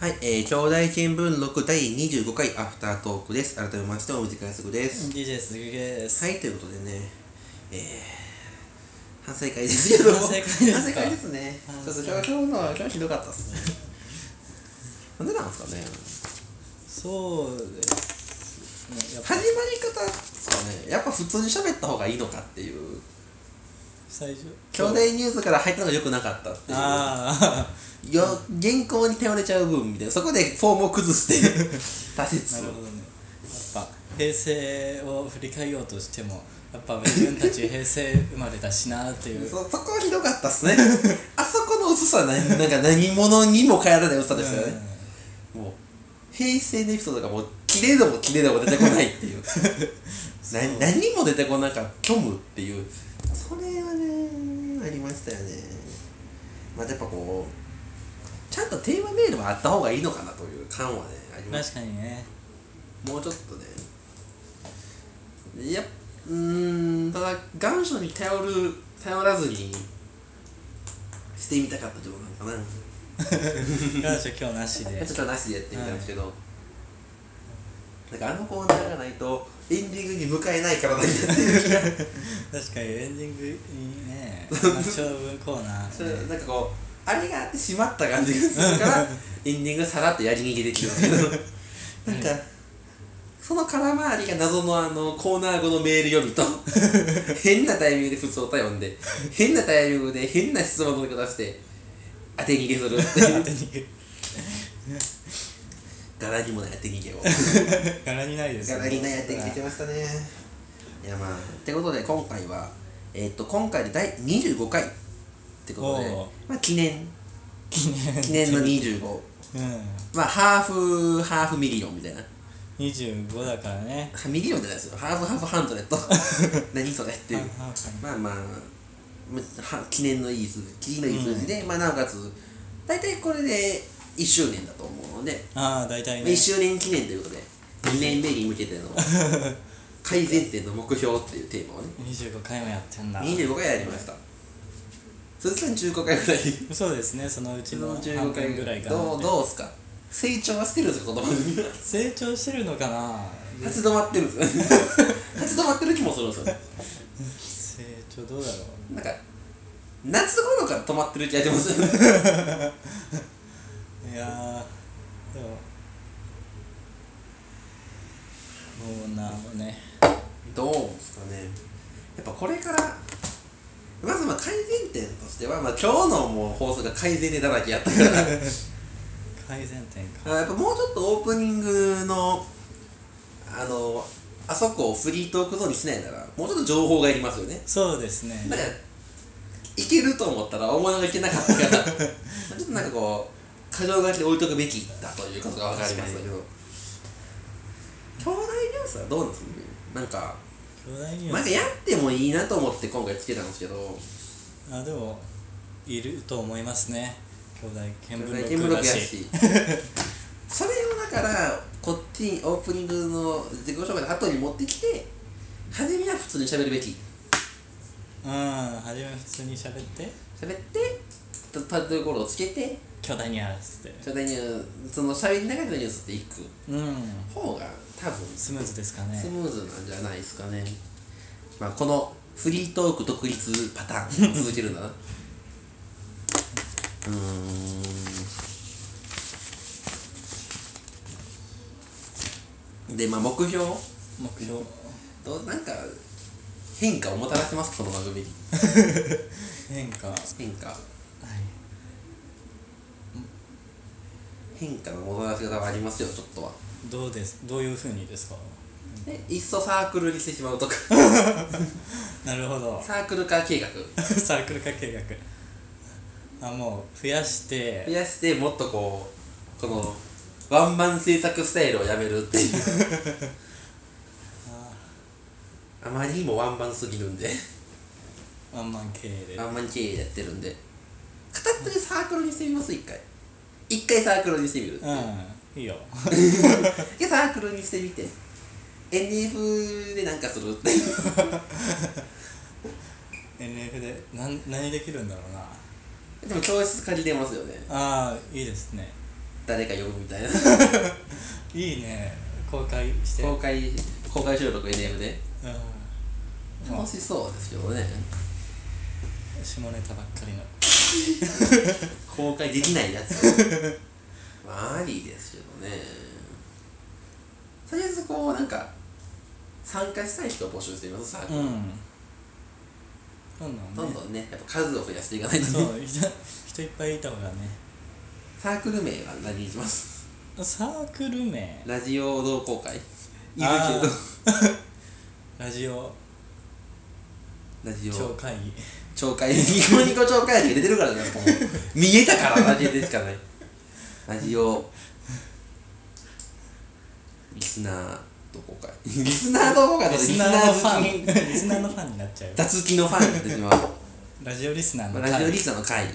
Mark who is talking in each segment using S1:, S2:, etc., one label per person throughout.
S1: はい、えー、兄弟見聞録第25回アフタートークです。改めまして、お短いすぐです。
S2: DJ 鈴木です。
S1: はい、ということでね、えー、反省会ですけども、
S2: 反省会ですか
S1: 反省会ですね。ちょっと今日今日の、今日ひどかったっすね。 なんでなんですかね。
S2: そうです。ね、や
S1: 始
S2: っぱ
S1: まり方ですかね、やっぱ普通に喋った方がいいのかっていう、
S2: 最初。
S1: 兄弟ニュースから入ったのが良くなかったっていう。
S2: ああ。
S1: よ原稿に頼れちゃう分みたいなそこでフォームを崩 して挫
S2: なるほ
S1: 折
S2: どね。やっぱ平成を振り返ようとしても、やっぱ自分たち平成生まれだしなっていう。
S1: そそこはひどかったっ すねあそこの薄さは何なんか何者にも変えられない薄さですよね、もう平成のエピソードがもう綺麗でも綺麗でも出てこないって いうな何も出てこなかった虚無っていうそれはねありましたよねまあやっぱこうちゃんとテーマメールはあった方がいいのかなという感はねあり
S2: うん
S1: ました
S2: 確かにね。
S1: もうちょっとねいやうーんただ願書に頼る頼らずにしてみたかったってことなのかな
S2: 感謝今日なしで
S1: ちょっ。となしでやってみたんですけど、なんかあのコーナーがないとエンディングに向かえないからだっていう気が
S2: 確かにエンディングにね、まあ長文コーナ
S1: そ
S2: ー
S1: れ
S2: で。
S1: なんかこうあれがあってしまった感じがするからエンディングさらっとやり逃げできるんですけ どなんか、その空回りが謎のあのコーナー後のメール読み と変なタイミングで普通歌読んで変なタイミングで変な質問の仕方して当て逃げするっていう
S2: 当 て逃げ
S1: 柄にもない当て逃げを
S2: 柄にないです
S1: 柄にない当て逃げて
S2: ま
S1: ましたねいやまあってことで今回はえっと今回で第25回ってことで
S2: おう
S1: まあ記念
S2: 記念。
S1: 記念の25
S2: うん。
S1: まあハーフハーフミリオンみたいな
S2: 25だからね。
S1: はミリオンじゃないですよハーフハーフハンドレッ ト何それっていう
S2: ああ
S1: まあまあまは記念のいい数字記念のいい数字で、まあなおかつ大体これで1周年だと思うので、
S2: ああ大体
S1: まあ、
S2: ね
S1: 1周 年記念ということで2年目に向けての改善点の目標っていうテーマをね
S2: 25回もやってんだ
S1: 25回やりました通算15回ぐらい
S2: そうですねそのうちの
S1: 15
S2: 半分ぐらいかな
S1: どうどうっすか成長はしてるんですかこの番 組立
S2: 成長してるのかな
S1: ち止まってるんですよ 立ち止まってる気もするんですよ
S2: 成長どうだろ
S1: なんか夏頃から止まってる気がしますよね
S2: ういやーでもそうなのね
S1: どうですかねやっぱこれからまずまあ改善点としては、まあ、今日のもう放送が改善点だらけやったから
S2: 改善点か
S1: あやっぱもうちょっとオープニングのあのあそこをフリートークゾーンにしないならもうちょっと情報がいりますよね
S2: そうですね
S1: なんかいけると思ったら思いのがいけなかった からちょっとなんかこう過剰書きで置いとくべきだということが分かりましたけど兄弟ニュースはどうなんですかねなんか
S2: 巨大ニュ
S1: なん
S2: ー
S1: か
S2: ス
S1: やってもいいなと思って今回つけたんですけど
S2: あでもいると思いますね兄弟見
S1: ブ
S2: 聞録
S1: ロ
S2: だ
S1: や
S2: し
S1: しそれをだからこっちにオープニングの自己紹介の後に持ってきて初めは普通に喋るべき
S2: うん初め普通に喋って
S1: 喋ってとタイトルコールをつけて
S2: 巨大ニュースって
S1: 初代ニューその喋りながらのニュースっていく
S2: うん
S1: 方が多分ス
S2: スムーズですかね
S1: ムーズなんじゃないですかねまあこのフリートーク独立パターン続けるんだなうーんでまあ目標
S2: 目標
S1: どうなんか変化をもたらしてますこの番組に
S2: 変化はい
S1: 変化変化のもたらし方はありますよちょっとは
S2: どうですどういうふうにですか
S1: でいっそサークルにしてしまうとか
S2: なるほど
S1: サークル化計画
S2: サークル化計画あもう増やして
S1: 増やしてもっとこうこのワンマン制作スタイルをやめるっていうあまりにもワンマンすぎるんで
S2: ワンマン経営で
S1: ワンマン経営やってるんで片手でサークルにしてみます一回一回サークルにしてみ る
S2: うんいいよ
S1: 一回サークルにしてみて NF でなんかするっていう
S2: NF でなん何できるんだろうな
S1: でも教室借りれますよね
S2: ああいいですね
S1: 誰か呼ぶみたいな
S2: いいね公開して
S1: 公開公開収録 NM で
S2: うんも
S1: 楽
S2: う
S1: しそうですけどね
S2: 下ネタばっかりの
S1: 公開できないや つまあありですけどねとりあえずこうなんか参加したい人を募集してみますさ、
S2: うんどんどん
S1: ど
S2: ね
S1: んどんねやっぱ数を増やしていかないとね
S2: そういた人いっぱいいた方がね
S1: サークル名は何にします
S2: サークル名
S1: ラジオ同好会いるけど
S2: あラジオ
S1: ラジ
S2: 超
S1: オ
S2: 会議
S1: 超会ニコニコ超会議出てるからねもう 見えたからラジオでしかないラジオリスナー同好会リスナー同好会だと
S2: リ
S1: リ
S2: ス
S1: ス
S2: ナ
S1: ナ
S2: ーのフ
S1: ー好き
S2: ァンリスナーのファンになっちゃう
S1: 雑きのファンになって しまう
S2: ラジオリスナーの
S1: ラジオ
S2: 会
S1: リ
S2: 議
S1: スナーの会
S2: はい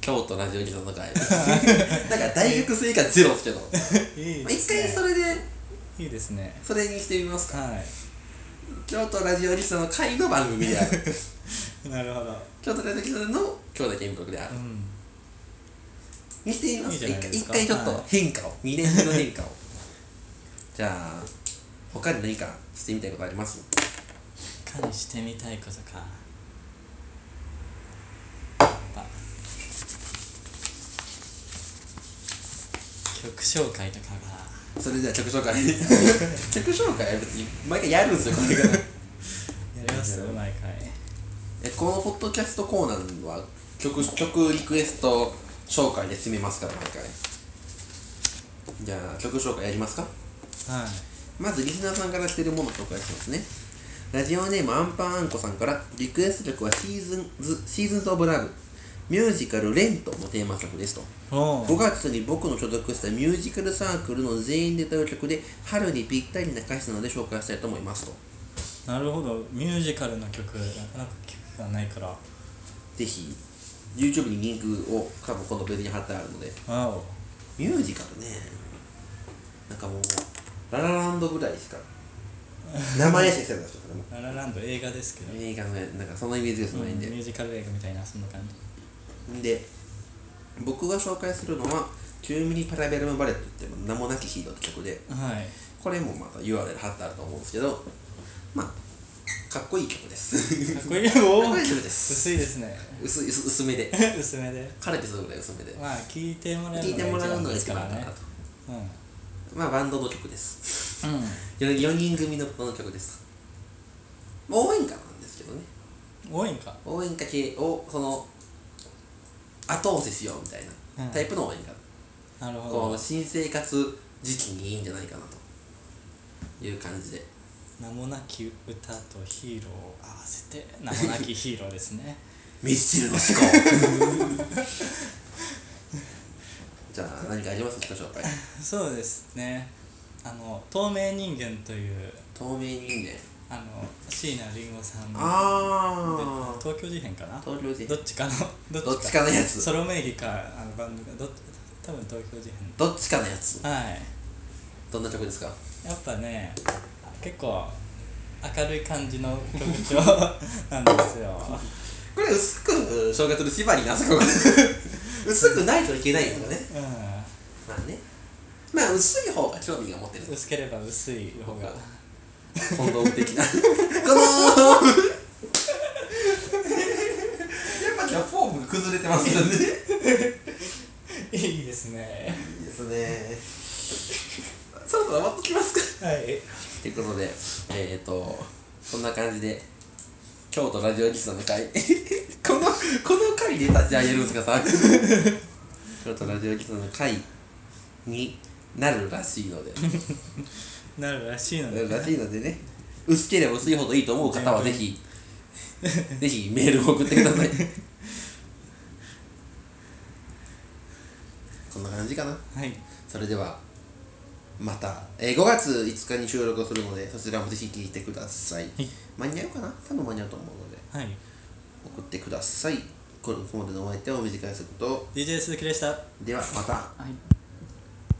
S1: 京都ラジオリスナーの会 だから大学生以下ゼロですけ ど
S2: いい
S1: まあ
S2: で
S1: 一
S2: す
S1: 回そ
S2: ね
S1: れで
S2: いいですね
S1: それにしてみますか
S2: は
S1: 京都ラジオリスナーの会の番組である
S2: いなるほど
S1: 京都ラジオリスナーの兄弟見国である
S2: うん
S1: にしてみま
S2: いい
S1: す
S2: じゃ
S1: 一
S2: ない
S1: 回
S2: です
S1: 一
S2: か
S1: 回ちょっ
S2: はい
S1: と変化を、二2年目の変化を じゃあ他に何かしてみたいことあります
S2: かにしてみたいことかやっぱ曲紹介とかが
S1: それでは曲紹 介曲紹介は別に毎回やるんですよこれから
S2: やります
S1: や
S2: よ
S1: る
S2: 毎回
S1: えこのポッドキャストコーナーは曲曲リクエスト紹介で詰めますから毎回じゃあ曲紹介やりますか
S2: はい
S1: まずリスナーさんから来てるものを紹介しますねラジオネームアンパンあんこさんからリクエスト曲はシーズンズ「シーズンズ・オブ・ラブ」ミュージカル「レント」のテーマ曲ですと
S2: お
S1: 5月に僕の所属したミュージカルサークルの全員で歌う曲で春にぴったりな歌詞なので紹介したいと思いますと
S2: なるほどミュージカルの曲なかなか聞くがないから
S1: ぜひ YouTube にリンクを多分このページに貼ってあるので
S2: あお
S1: ミュージカルねなんかもうララランドぐらいしか名前しかしてないですよそれも
S2: ララランド映画ですけど、
S1: 映画のやなんかそのイメージがすごいんで、
S2: うんミュージカル映画みたいなそんな感 じ
S1: で僕が紹介するのは「9ミリパラベルムバレット」っていう名もなきヒーローって曲で
S2: はい
S1: これもまた URL 貼ってあると思うんですけどまあかっこいい曲です
S2: かっこい い
S1: かっこ
S2: おー
S1: いい曲です
S2: 薄いですね
S1: 薄い薄薄めで
S2: 薄めで
S1: 彼ってするぐらい薄めで
S2: まあ聞いてもらうのが
S1: 聴いてもらうのが
S2: 一
S1: 一
S2: 番
S1: 番かな
S2: ですか
S1: と
S2: らね
S1: まあバンドの曲です
S2: うん、
S1: 4, 四人組のこの曲ですまあ応援歌なんですけどね
S2: うん、多いんか
S1: 応援歌系をその後押ししようみたいなタイプの応援歌、
S2: なるほ
S1: こ
S2: ど
S1: う新生活時期にいいんじゃないかなという感じで
S2: 名もなき歌とヒーローを合わせて名もなきヒーローで すね
S1: ミスチルの思考 じゃあ何かあります自己紹介
S2: そうですねあの「透明人間」という
S1: 透明人間
S2: あの椎名林檎さんの
S1: あ
S2: 東京事変かな
S1: 東京人
S2: どっちかのど
S1: どっちかのやつ
S2: ソロ名義かあのバンドかどっ多分東京事
S1: どっちかのやつ
S2: 変はい
S1: どんな曲ですか
S2: やっぱね結構明るい感じの曲調なんですよ
S1: これ薄く紹介する縛りなそこが 薄くないといけないよね
S2: う
S1: まあねまあ薄い方が興味が持てる
S2: ん薄ければ薄い方が
S1: コンドーム的な このやっぱじゃあフォーム崩れてますよね
S2: いいですね
S1: いいですねそろそろ終わっときますか
S2: はい
S1: ということでえっ、ー、とそんな感じで京都ラジオリスナーの会 このこの会で立ち上げるんですか さ京都ラジオリスナーの会になるらしいので
S2: なるらしいの
S1: な
S2: で
S1: るらしいのでね薄ければ薄いほどいいと思う方はぜひぜひメールを送ってくだ さいこんな感じかな
S2: はい
S1: それではまた、えー5月5日に収録をするのでそちらもぜひ聞いてください
S2: はい
S1: 間に合うかな多分間に合うと思うので
S2: はい
S1: 送ってくださいこれここまでのお相手は短いすこと
S2: DJ 鈴木でしたは
S1: ではまた
S2: い